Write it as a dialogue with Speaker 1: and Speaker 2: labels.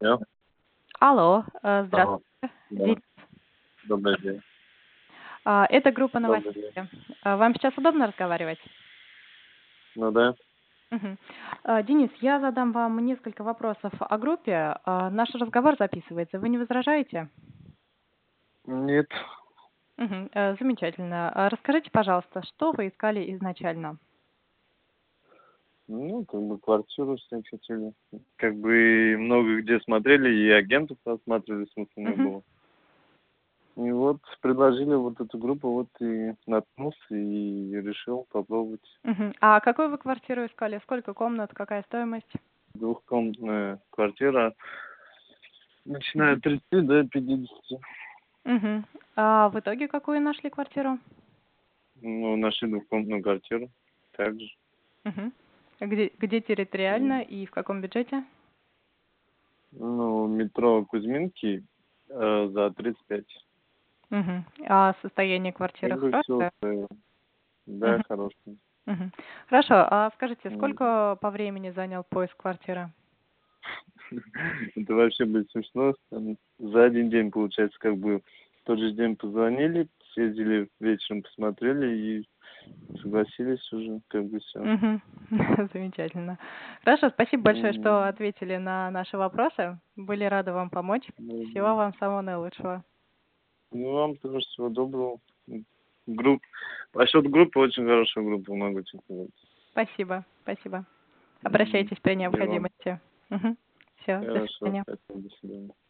Speaker 1: Алло.
Speaker 2: Алло, э, здравствуйте.
Speaker 1: А, Да.
Speaker 2: Дит-
Speaker 1: Добрый день.
Speaker 2: а, Это группа
Speaker 1: Добрый
Speaker 2: новостей. А, Вам сейчас удобно разговаривать?
Speaker 1: Ну да.
Speaker 2: Мгм. А, Денис, я задам вам несколько вопросов о группе. А, Наш разговор записывается. Вы не возражаете?
Speaker 1: Нет.
Speaker 2: Мгм. Э, Замечательно. А Расскажите, пожалуйста, что вы искали изначально?
Speaker 1: Ну, как бы квартиру снять хотели. Как бы и много где смотрели, и агентов осматривали, смысла не
Speaker 2: Мгм.
Speaker 1: было. И вот предложили вот эту группу, вот и наткнулся и решил попробовать.
Speaker 2: Мгм. А какую вы квартиру искали? Сколько комнат? Какая стоимость?
Speaker 1: Двухкомнатная квартира, начиная от 30 до 50.
Speaker 2: Мгм. А в итоге какую нашли квартиру?
Speaker 1: Ну, нашли двухкомнатную квартиру также.
Speaker 2: Мгм. Где, где территориально и в каком бюджете?
Speaker 1: Ну, метро Кузьминки э, за 35.
Speaker 2: Мгм. А состояние квартиры
Speaker 1: Как бы всё
Speaker 2: хорошее?
Speaker 1: устроило. Да,
Speaker 2: Мгм.
Speaker 1: хороший.
Speaker 2: Мгм. Хорошо. А скажите,
Speaker 1: Мгм.
Speaker 2: сколько по времени занял поиск квартиры?
Speaker 1: Это вообще будет смешно. Там за один день, получается, как бы в тот же день позвонили, съездили вечером, посмотрели и согласились уже, как бы все.
Speaker 2: Мгм. Замечательно. Хорошо, спасибо большое, что
Speaker 1: Мгм.
Speaker 2: ответили на наши вопросы. Были рады вам помочь. Всего вам самого наилучшего.
Speaker 1: Ну, вам тоже всего доброго. Групп. Насчет группы, очень хорошая группа, могу тебе сказать.
Speaker 2: Спасибо, спасибо.
Speaker 1: Мгм.
Speaker 2: Обращайтесь при
Speaker 1: И вам.
Speaker 2: необходимости. Все, до
Speaker 1: Хорошо,
Speaker 2: свидания.
Speaker 1: спасибо, до свидания.